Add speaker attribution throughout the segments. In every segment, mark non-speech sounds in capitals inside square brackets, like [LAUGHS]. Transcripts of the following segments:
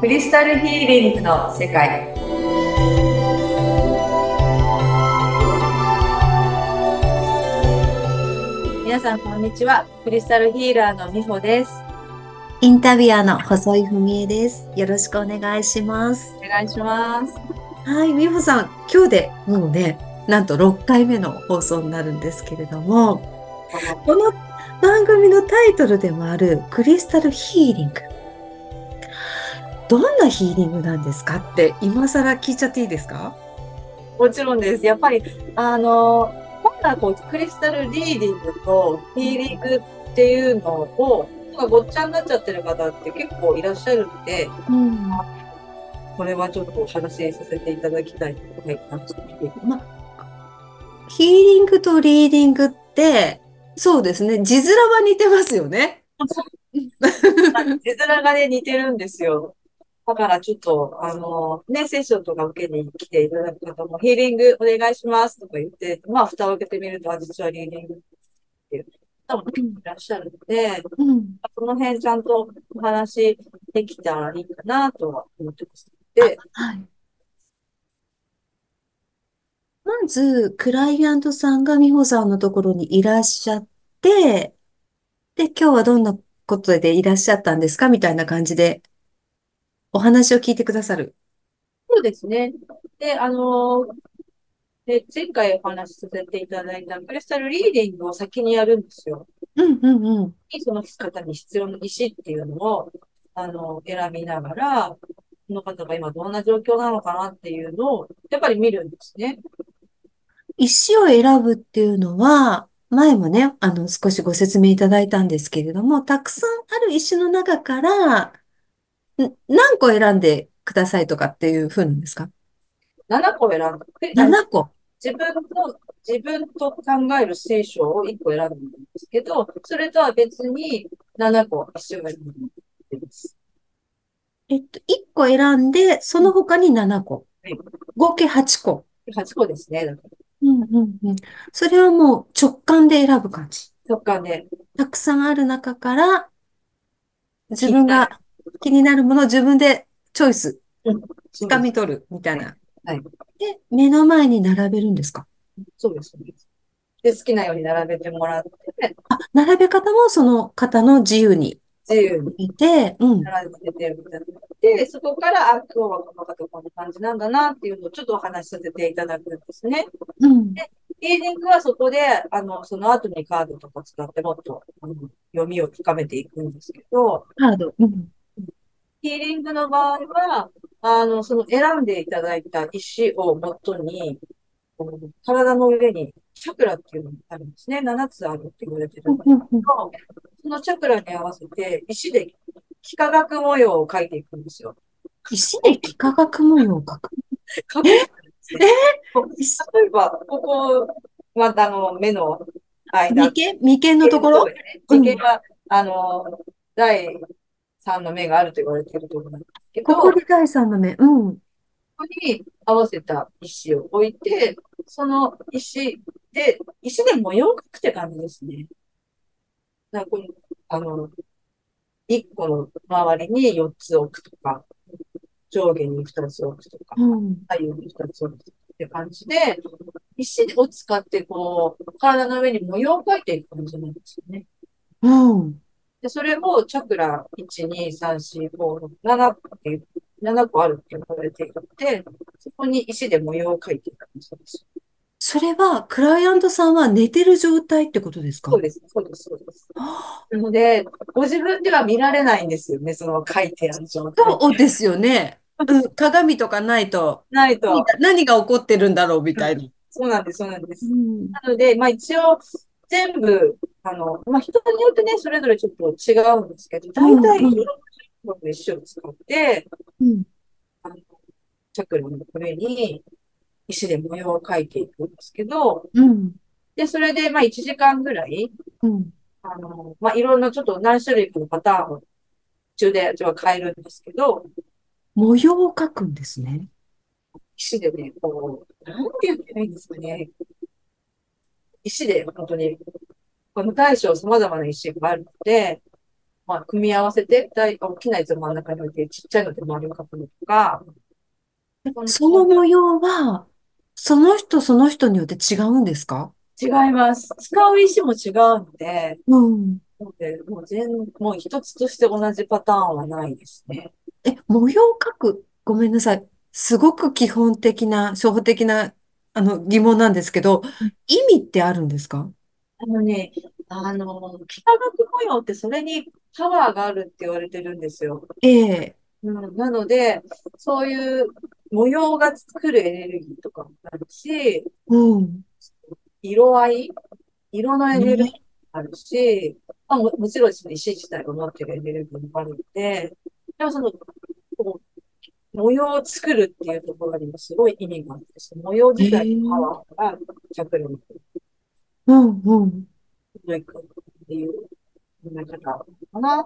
Speaker 1: クリスタルヒーリングの世界皆さんこんにちはクリスタルヒーラーのみほです
Speaker 2: インタビュアーの細井文江です。よろしくお願いします。
Speaker 1: お願いします
Speaker 2: はい、美穂さん、今日でもうね、なんと6回目の放送になるんですけれども、この番組のタイトルでもあるクリスタルヒーリング。どんなヒーリングなんですかって今更聞いちゃっていいですか
Speaker 1: もちろんですやっぱりあの今度はこうクリスタルリーディングとヒーリングっていうのをなんかごっちゃになっちゃってる方って結構いらっしゃるので
Speaker 2: うん。
Speaker 1: これはちょっとお話しさせていただきたいと思います
Speaker 2: まあ、ヒーリングとリーディングって、そうですね、字面は似てますよね。
Speaker 1: 字面がね、似てるんですよ。だからちょっと、あの、ね、セッションとか受けに来ていただく方も、ヒーリングお願いしますとか言って、まあ、蓋を開けてみると、あ実はリーディングっていう方もいらっしゃるので、
Speaker 2: うん。
Speaker 1: その辺ちゃんとお話できたらいいかなとは思ってます。で、
Speaker 2: はい。まず、クライアントさんが美穂さんのところにいらっしゃって、で、今日はどんなことでいらっしゃったんですかみたいな感じで、お話を聞いてくださる。
Speaker 1: そうですね。で、あの、で、前回お話しさせていただいたクリスタルリーディングを先にやるんですよ。
Speaker 2: うんうんうん。
Speaker 1: にその方に必要な石っていうのを、あの、選びながら、その方が今どんな状況なのかなっていうのを、やっぱり見るんですね。
Speaker 2: 石を選ぶっていうのは、前もね、あの、少しご説明いただいたんですけれども、たくさんある石の中から、ん何個選んでくださいとかっていう風なんですか
Speaker 1: 7個選んで、
Speaker 2: ?7 個。
Speaker 1: 自分の、自分と考える聖書を1個選ぶんですけど、それとは別に7個石を選んでます。
Speaker 2: えっと、1個選んで、その他に7個
Speaker 1: はい。
Speaker 2: 合計8個。
Speaker 1: 8個ですね。だから
Speaker 2: うんうんうん。それはもう直感で選ぶ感じ。
Speaker 1: 直感で。
Speaker 2: たくさんある中から、自分が気になるものを自分でチョイス、
Speaker 1: そう
Speaker 2: 掴
Speaker 1: です
Speaker 2: み取るみたいな。
Speaker 1: はい
Speaker 2: で、目の前に並べるんですか
Speaker 1: そうです。そうですで、好きなように並べてもらって、
Speaker 2: あ、並べ方もその方の自由に
Speaker 1: 自由に。
Speaker 2: いて、うん。
Speaker 1: 並べてるみたいな。で、そこから、あ、今日はこの方こんな感じなんだなっていうのをちょっとお話しさせていただくんですね。
Speaker 2: うん。
Speaker 1: リーディングはそこで、あの、その後にカードとか使ってもっと、あの読みを深めていくんですけど、
Speaker 2: カード。うん。
Speaker 1: ヒーリングの場合は、あの、その選んでいただいた石を元に、こう体の上にチャクラっていうのがあるんですね。7つあるって言われてるんです
Speaker 2: うんうん
Speaker 1: けど、そのチャクラに合わせて石で幾何学模様を描いていくんですよ。
Speaker 2: 石で幾何学模様を描く。
Speaker 1: かっこいいですね
Speaker 2: え
Speaker 1: 石例えば、ここ、またあの、目の間。
Speaker 2: 眉間眉間のところうん
Speaker 1: 眉間は、あの、第3の目があると言われていると思うんですけど、
Speaker 2: ここで第三の目。うん。
Speaker 1: ここに合わせた石を置いて、その石で、石で模様を描くって感じですね。だからこのあの、1個の周りに4つ置くとか、上下に2つ置くとか。
Speaker 2: うん。
Speaker 1: 左右に2つ折るって感じで、石を使ってこう、体の上に模様を描いていく感じなんですよね。
Speaker 2: うん。
Speaker 1: で、それをチャクラ1、2、3、4、5、7っていう、7個あるって言われていて、そこに石で模様を描いていく感じなんですよ。
Speaker 2: それは、クライアントさんは寝てる状態ってことですか
Speaker 1: そうです、そうです、そうです。
Speaker 2: あ
Speaker 1: なので、ご自分では見られないんですよね、その描いてある状態。
Speaker 2: そうですよね。うん。鏡とかないと、
Speaker 1: ないと。
Speaker 2: 何が起こってるんだろうみたいな。
Speaker 1: そうなんです、そうなんです。
Speaker 2: ん。
Speaker 1: なので、まあ一応、全部、あの、まあ人によってね、それぞれちょっと違うんですけど、大体、
Speaker 2: うんうん
Speaker 1: 色の石を使って、
Speaker 2: うん。
Speaker 1: あの、チャクラの上に石で模様を描いていくんですけど、
Speaker 2: うん。
Speaker 1: で、それで、まあ1時間ぐらい、
Speaker 2: うん。
Speaker 1: あの、まあいろんなちょっと何種類かのパターンを途中でうちは変えるんですけど、
Speaker 2: 模様を描くんですね。
Speaker 1: 石でね、こう、なんて言ってないいんですかね。石で、本当に、この大小様々な石があるので、まあ、組み合わせて、大大きなやつを真ん中に置いて、ちっちゃいので周りを描くのとか、
Speaker 2: その模様は、その人その人によって違うんですか
Speaker 1: 違います。使う石も違うので、
Speaker 2: うん。
Speaker 1: なのでもう全、もう一つとして同じパターンはないですね。
Speaker 2: え、模様を描く、ごめんなさい。すごく基本的な、初歩的な、あの、疑問なんですけど、意味ってあるんですか
Speaker 1: あのね、あの、幾何学模様ってそれにパワーがあるって言われてるんですよ。
Speaker 2: ええ。
Speaker 1: うん、なので、そういう模様が作るエネルギーとかもあるし、
Speaker 2: うん。
Speaker 1: 色合い、色のエネルギーもあるし、まあ、も、もちろんその石自体が持ってるエネルギーもあるので、でもその、こう、模様を作るっていうところにもすごい意味があって、その模様自体のパワーが着力に
Speaker 2: うん、うん。
Speaker 1: 届くっていう考え方かな。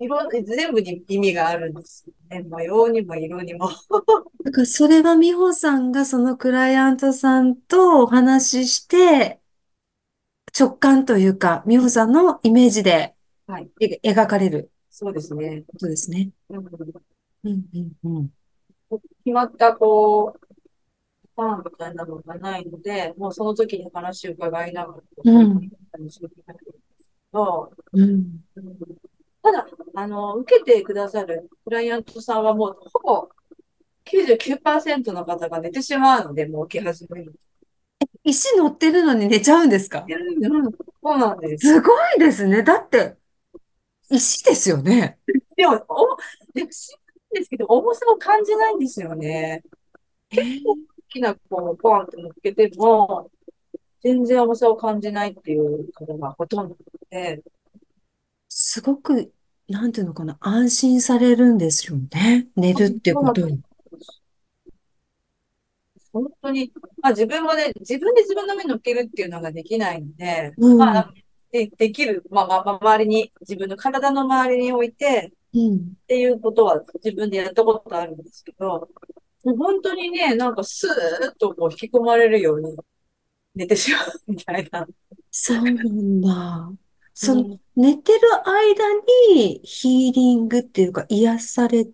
Speaker 1: 色、全部に意味があるんですよね。模様にも色にも。
Speaker 2: だからそれは美穂さんがそのクライアントさんとお話しして、直感というか、美穂さんのイメージで
Speaker 1: はい。
Speaker 2: え描かれる
Speaker 1: そうですね。
Speaker 2: ことですね。
Speaker 1: うん
Speaker 2: うん、うん、うん。
Speaker 1: 決まった、こう、パターンみたいなのがないので、もうその時に話を伺いながら、
Speaker 2: うん
Speaker 1: 話していただくんですけど、
Speaker 2: うん。
Speaker 1: うんただ、あの、受けてくださるクライアントさんはもう、ほぼ99%の方が寝てしまうので、もう起き始める。
Speaker 2: 石乗ってるのに寝ちゃうんですか
Speaker 1: うんそうなんです。
Speaker 2: すごいですね。だって、石ですよね。
Speaker 1: でも、お、でも、不思議なんですけど、重さを感じないんですよね。大きな子をポンって乗っけても、全然重さを感じないっていう方がほとんどで、
Speaker 2: すごく、なんていうのかな、安心されるんですよね。寝るってことに。
Speaker 1: 本当に、まあ自分もね、自分で自分の目に乗っけるっていうのができないんで、
Speaker 2: うん
Speaker 1: まあ、で、できる、まあ、まあまあ、周りに、自分の体の周りに置いて、
Speaker 2: うん。
Speaker 1: っていうことは自分でやったことあるんですけど、もう本当にね、なんかスーッとこう引き込まれるように寝てしまうみたいな。
Speaker 2: そうなんだ。その、寝てる間にヒーリングっていうか、癒され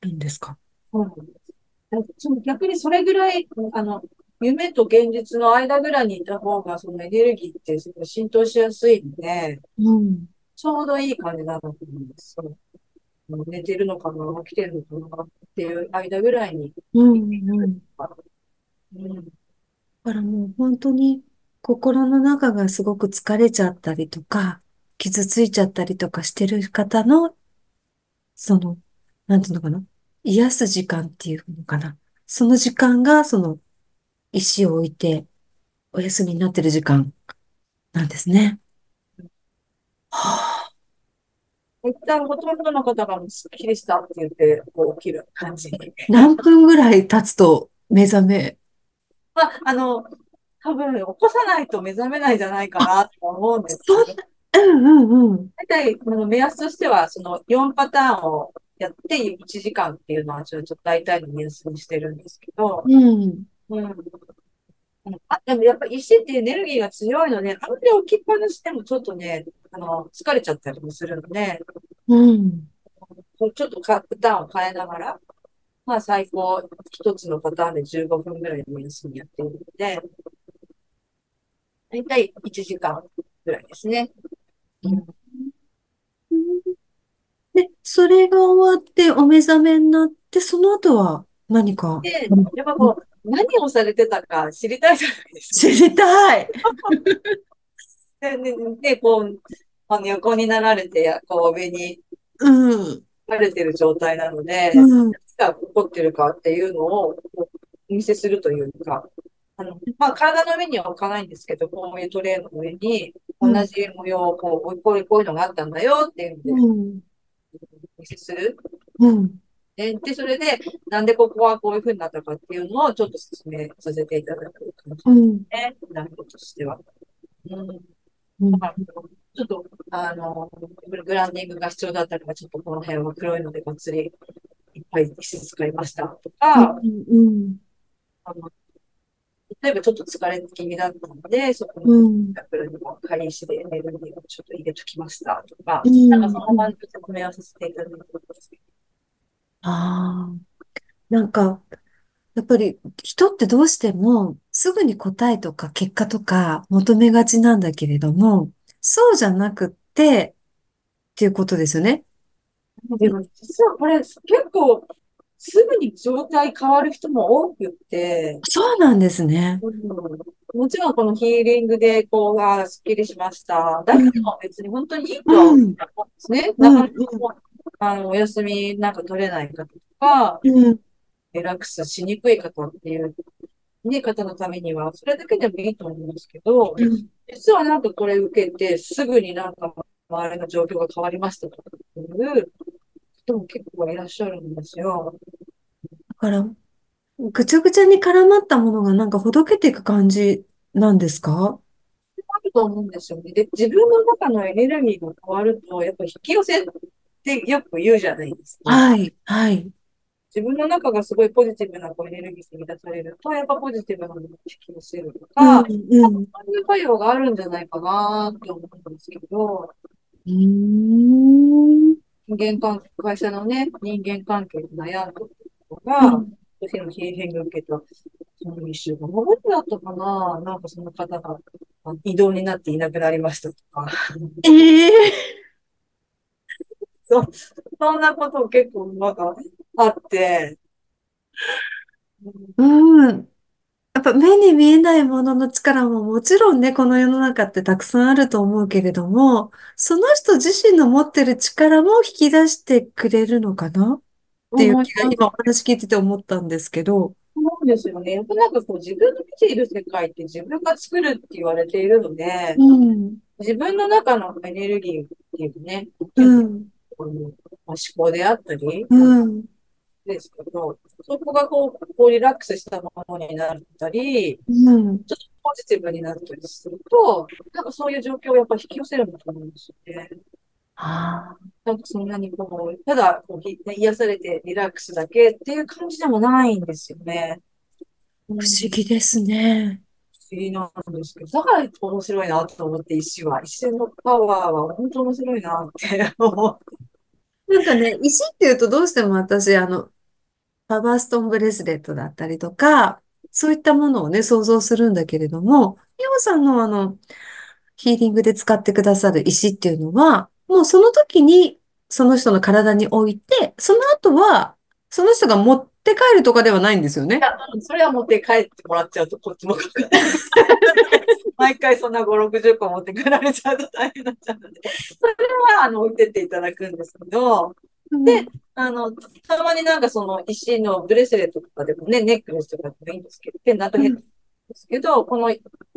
Speaker 2: るんですか
Speaker 1: そうなんです。だからその逆にそれぐらい、あの、夢と現実の間ぐらいにいた方が、そのエネルギーってすごい浸透しやすいんで、
Speaker 2: うん。
Speaker 1: ちょうどいい感じだなと思うんです。その寝てるのかな、起きてるのかなっていう間ぐらいに。
Speaker 2: うん、うん。
Speaker 1: うん、
Speaker 2: だからもう本当に心の中がすごく疲れちゃったりとか、傷ついちゃったりとかしてる方の、その、なんていうのかな、癒す時間っていうのかな。その時間が、その、石を置いて、お休みになってる時間なんですね。はあ、
Speaker 1: 一旦ほとんどの方がすっきりしたって言って、こう起きる感じ。
Speaker 2: 何分ぐらい経つと目覚め、
Speaker 1: [LAUGHS] まあ、あの、多分起こさないと目覚めないんじゃないかなと思うんですけど、
Speaker 2: うんうんうん。
Speaker 1: 大体、あの目安としては、その4パターンをやって1時間っていうのは、ちょっと大体の目安にしてるんですけど、
Speaker 2: うん。
Speaker 1: うん。うんあ、でもやっぱ石ってエネルギーが強いので、あんまり置きっぱなしでもちょっとね、あの、疲れちゃったりもするので、
Speaker 2: うん。
Speaker 1: こうちょっとかパターンを変えながら、まあ最高一つのパターンで15分ぐらいの目安にやっているので、大体1時間ぐらいですね。
Speaker 2: で、それが終わってお目覚めになって、その後は何か
Speaker 1: で
Speaker 2: うん、
Speaker 1: やっぱもう何をされてたか知りたいじゃないですか。
Speaker 2: 知りたい。
Speaker 1: で、ででこう、あの横になられて、やこう上に
Speaker 2: うん。
Speaker 1: 垂れてる状態なので、
Speaker 2: うん。
Speaker 1: が起こってるかっていうのをこうお見せするというか、あの、まあ、体の上には置かないんですけど、こういうトレーの上に
Speaker 2: うん
Speaker 1: 同じ模様をこう、こういうこういうのがあったんだよっていうので
Speaker 2: うん。
Speaker 1: お見せする。
Speaker 2: うん。
Speaker 1: で、でそれで、なんでここはこういう風になったかっていうのをちょっと説明させていただく感じ
Speaker 2: うん。
Speaker 1: ですね、なるとしては。うん、だ
Speaker 2: うん
Speaker 1: からちょっと、あの、グランディングが必要だったりとか、ちょっとこの辺は黒いのでがっつりいっぱい石使いましたとか、
Speaker 2: うん。
Speaker 1: あの、例えばちょっと疲れ気味だったんで、そこの
Speaker 2: うん。
Speaker 1: アプルにも軽石でエネルギーをちょっと入れときましたとか、
Speaker 2: うん
Speaker 1: なんかその場に組み合わせていただくことです。
Speaker 2: ああ。なんか、やっぱり人ってどうしてもすぐに答えとか結果とか求めがちなんだけれども、そうじゃなくってっていうことですよね。
Speaker 1: でも実はこれ結構すぐに状態変わる人も多くって、
Speaker 2: そうなんですね。
Speaker 1: もちろんこのヒーリングでこうがスッキリしました。だけど別に本当にいい子は多いと思うんですね。
Speaker 2: うん
Speaker 1: なかなかこうあのお休みなんか取れない方とか、
Speaker 2: うん。
Speaker 1: リラックスしにくい方っていう、ね、方のためには、それだけでもいいと思うんですけど、
Speaker 2: うん
Speaker 1: 実はなんかこれ受けて、すぐになんか周りの状況が変わりましたとかっていう人も結構いらっしゃるんですよ。
Speaker 2: だから、ぐちゃぐちゃに絡まったものがなんかほどけていく感じなんですか
Speaker 1: あると思うんですよね。で、自分の中のエネルギーが変わると、やっぱ引き寄せってよく言うじゃないですか。
Speaker 2: はい、はい。
Speaker 1: 自分の中がすごいポジティブなこうエネルギーに満たされると、やっぱポジティブなものを引き寄せると
Speaker 2: う
Speaker 1: か、
Speaker 2: ん、うん。
Speaker 1: そういう作用があるんじゃないかなって思うんですけど、
Speaker 2: うーん。
Speaker 1: 人間関係、会社のね、人間関係で悩んだ人
Speaker 2: う
Speaker 1: が
Speaker 2: ん、
Speaker 1: 私のヒーリング受けた、その一週間後だったかな、なんかその方があ異動になっていなくなりましたとか、
Speaker 2: ええ
Speaker 1: そんなこと結構なんかあって、
Speaker 2: うん。やっぱ目に見えないものの力ももちろんね、この世の中ってたくさんあると思うけれども、その人自身の持ってる力も引き出してくれるのかなっていう気が今お話聞いてて思ったんですけど。
Speaker 1: 思うんですよね。やっぱなんかこう自分の見ている世界って自分が作るって言われているので、
Speaker 2: うん。
Speaker 1: 自分の中のエネルギーっていうね、
Speaker 2: うん。
Speaker 1: このまあ思考であったり、
Speaker 2: うん。
Speaker 1: ですけど、そこがこう、こうリラックスしたものになったり、
Speaker 2: うん。
Speaker 1: ポジティブになったりすると、なんかそういう状況をやっぱ引き寄せるんだと思うんですよね。
Speaker 2: あ
Speaker 1: なんかそんなにこう、ただこうひ癒されてリラックスだけっていう感じでもないんですよね。不
Speaker 2: ー不思議ですね。
Speaker 1: 議なんですけど、だから面白いなと思って、石は。石のパワーは本当面白いなって思
Speaker 2: なんかね、石っていうとどうしても私、あの、パワーストーンブレスレットだったりとか、そういったものをね、想像するんだけれども、ミホさんのあの、ヒーリングで使ってくださる石っていうのは、もうその時に、その人の体に置いて、その後は、その人が持って帰るとかではないんですよね。
Speaker 1: う。それは持って帰ってもらっちゃうと、こっちもかかる。毎回そんな5、60個持って帰られちゃうと大変になっちゃうので、それは、あの、置いてっていただくんですけど、
Speaker 2: で、
Speaker 1: あの、たまになんかその石のブレスレットとかでもね、ネックレスとかでもいいんですけど、ペンダントヘッドですけど、この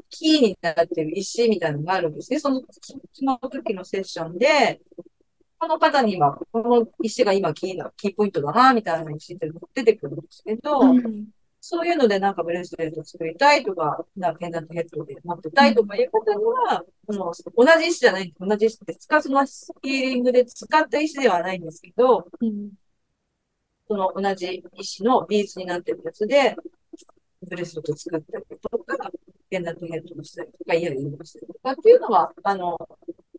Speaker 1: キーになってる石みたいなのがあるんですね。その、その時のセッションで、この方には、この石が今キーな、キーポイントだな、みたいな石って出てくるんですけど、
Speaker 2: うん
Speaker 1: そういうのでなんかブレスレット作りたいとか、なんかペンダントヘッドで持ってたいとかいう方には、この同じ石じゃない、同じ石って使う、そのヒーリングで使った石ではないんですけど、
Speaker 2: うん
Speaker 1: その同じ石のビーズになってるやつで、ブレスレット作ったりとか、ペンダントヘッドにしたりとか、イヤリングにしたりとかっていうのは、あの、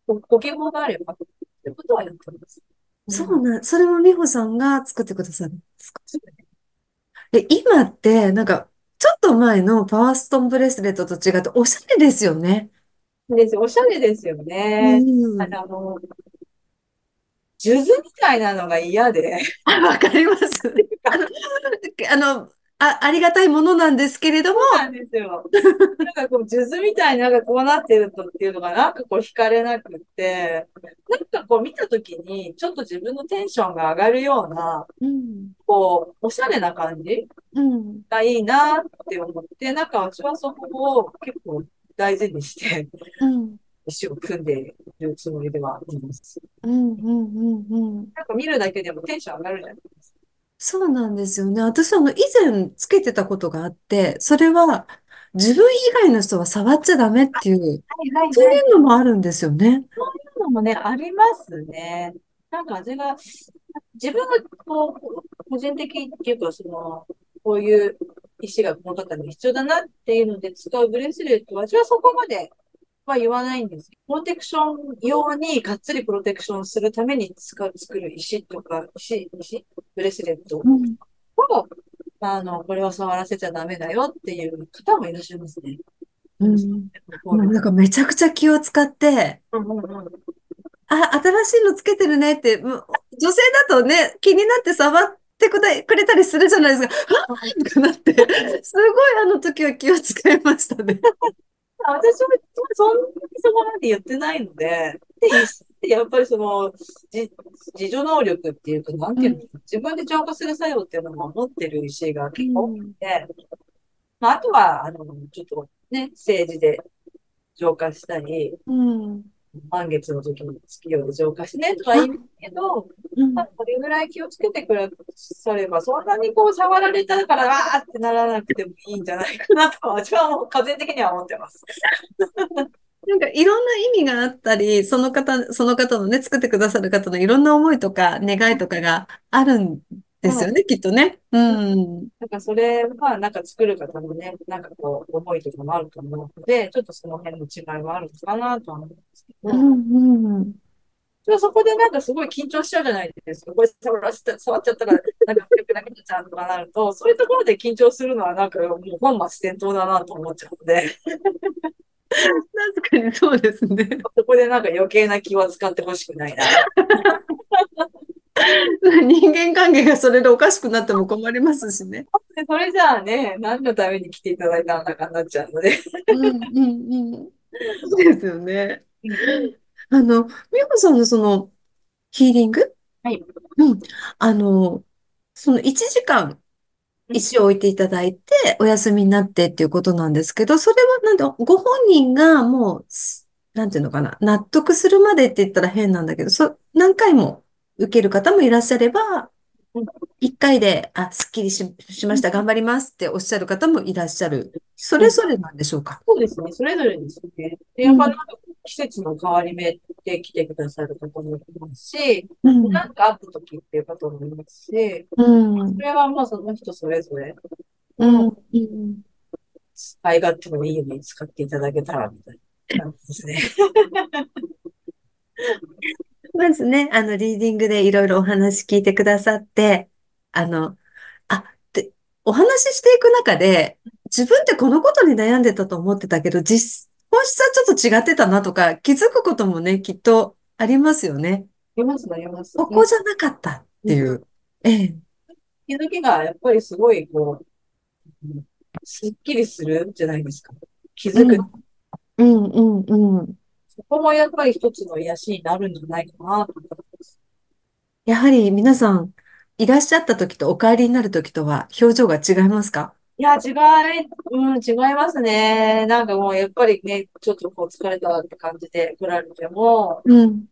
Speaker 1: ごご希望があれば、ってことはやってます。
Speaker 2: そうなん、それも美穂さんが作ってくださるんですか
Speaker 1: そう
Speaker 2: え、今って、なんか、ちょっと前のパワーストーンブレスレットと違って、おしゃれですよね。
Speaker 1: です。おしゃれですよね。
Speaker 2: うん。
Speaker 1: あの、数珠みたいなのが嫌で、
Speaker 2: あ [LAUGHS] わかります。あの、あの、あ、ありがたいものなんですけれども、
Speaker 1: そうなんですよ。なんかこう、数珠みたいになんかこうなってるとっていうのがなんかこう惹かれなくって、なんかこう見たときに、ちょっと自分のテンションが上がるような、
Speaker 2: うん、
Speaker 1: こう、おしゃれな感じ
Speaker 2: うん。
Speaker 1: がいいなって思って、なんか私はそこを結構大事にして、
Speaker 2: うん、
Speaker 1: 一生組んでいるつもりではあります。
Speaker 2: うん、うん、うん、うん。
Speaker 1: なんか見るだけでもテンション上がるじゃないですか。
Speaker 2: そうなんですよね。私、あの、以前つけてたことがあって、それは、自分以外の人は触っちゃダメっていう、
Speaker 1: はいはい
Speaker 2: そういうのもあるんですよね。
Speaker 1: そういうのもね、ありますね。なんか味が、自分がこう、個人的っていうか、その、こういう石が物語に必要だなっていうので使うブレスレットは、私はそこまでは言わないんです。プロテクション用にがっつりプロテクションするために使う、作る石とか、石、石ブレスレット
Speaker 2: うん
Speaker 1: を、あの、これは触らせちゃダメだよっていう方もいらっしゃいますね。
Speaker 2: うんなんかめちゃくちゃ気を使って、
Speaker 1: うんうんうん
Speaker 2: あ、新しいのつけてるねって、む女性だとね、気になって触ってくだくれたりするじゃないですか。あと [LAUGHS] かなって、すごいあの時は気を使いましたね。
Speaker 1: 私はそんなにそこまで言ってないので、で、石ってやっぱりその、じ自助能力っていうか、なんていうの、自分で浄化する作用っていうのも持ってる石が結構多くて、まあ、あとは、あの、ちょっとね、政治で浄化したり、
Speaker 2: うん。
Speaker 1: 満月の時に月夜で浄化しねとか言うけど、
Speaker 2: うん
Speaker 1: まあ、これぐらい気をつけてくれされば、そんなにこう触られたから、わーってならなくてもいいんじゃないかなと、私はもう個人的には思ってます。
Speaker 2: なんかいろんな意味があったり、その方、その方のね、作ってくださる方のいろんな思いとか願いとかがあるんですよね、きっとね。うん。
Speaker 1: なんかそれは、なんか作る方のね、なんかこう、思いとかもあると思うので、ちょっとその辺の違いはあるのかなとは思うんですけど、
Speaker 2: ん、うん。
Speaker 1: でもそこでなんかすごい緊張しちゃうじゃないですか。これ触らせて、触っちゃった [LAUGHS] ら、なんか良くなくなっちゃうとかなると、そういうところで緊張するのは、なんかもう本末転倒だなと思っちゃうので、
Speaker 2: 確かにそうですね。
Speaker 1: そこでなんか余計な気は使ってほしくないな。
Speaker 2: [LAUGHS] 人間関係がそれでおかしくなっても困りますしね。
Speaker 1: でそれじゃあね、何のために来ていただいたのかになっちゃうので。
Speaker 2: うんうんうん。そう [LAUGHS] ですよね。あの、美穂さんのそのヒーリング
Speaker 1: はい。
Speaker 2: うん。あの、その1時間石を置いていただいて、お休みになってっていうことなんですけど、それはなんだ、ご本人がもう、すなんていうのかな、納得するまでって言ったら変なんだけど、そ、何回も受ける方もいらっしゃれば
Speaker 1: うん、
Speaker 2: 1回で、あ、すっきりし、しました、頑張りますっておっしゃる方もいらっしゃる。それぞれなんでしょうか。
Speaker 1: そうですね、それぞれですね。で、やっぱなんか季節の変わり目で来てくださる方もいますし、
Speaker 2: うん。
Speaker 1: なんかあった時っていう方もいますし、
Speaker 2: うん
Speaker 1: そ。れはまあその人それぞれ
Speaker 2: うん。うん。
Speaker 1: 使い勝手のいいように使っていただけたらみたいな感じですね。
Speaker 2: [LAUGHS] まずね、あの、リーディングでいろいろお話聞いてくださって、あの、あ、で、お話ししていく中で、自分ってこのことに悩んでたと思ってたけど、実、本質はちょっと違ってたなとか、気づくこともね、きっとありますよね。
Speaker 1: あります、あります。
Speaker 2: ここじゃなかったっていう。ええ。
Speaker 1: 気づきがやっぱりすごいこう、うんすっきりするじゃないですか。気づく。
Speaker 2: うん、うん、うん。
Speaker 1: そこもやっぱり一つの癒しになるんじゃないかなと思います。
Speaker 2: やはり皆さん、いらっしゃった時とお帰りになる時とは表情が違いますか
Speaker 1: いや、違い、うん、違いますね。なんかもう、やっぱりね、ちょっとこう疲れたって感じで来られても、
Speaker 2: う
Speaker 1: ち
Speaker 2: ん。
Speaker 1: ょ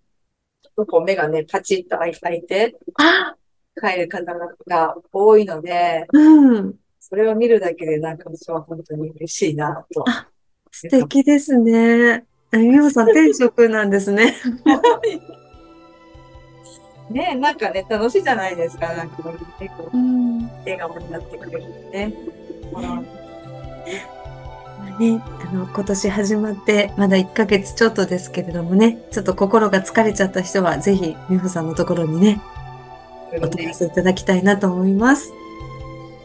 Speaker 1: っとこう目がね、パチッと開いて
Speaker 2: あ、
Speaker 1: 帰る方が多いので、
Speaker 2: うん。
Speaker 1: それを見るだけで、なんか私は本当に嬉しいなと。
Speaker 2: 素敵ですね。あ美穂さん、天職なんですね。
Speaker 1: ね、なんかね、楽しいじゃないですか。なんかこう、結構
Speaker 2: うん。
Speaker 1: 笑顔になってくれるんでね。うん
Speaker 2: ね、あの、今年始まって、まだ1ヶ月ちょっとですけれどもね、ちょっと心が疲れちゃった人は、ぜひ、美穂さんのところにね、お問い合わせいただきたいなと思います。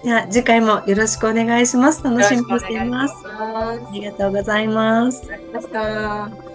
Speaker 2: では、次回もよろしくお願いします。楽しみにしています。
Speaker 1: よろしくお願いします。
Speaker 2: ありがとうございます。
Speaker 1: ありがとうございました。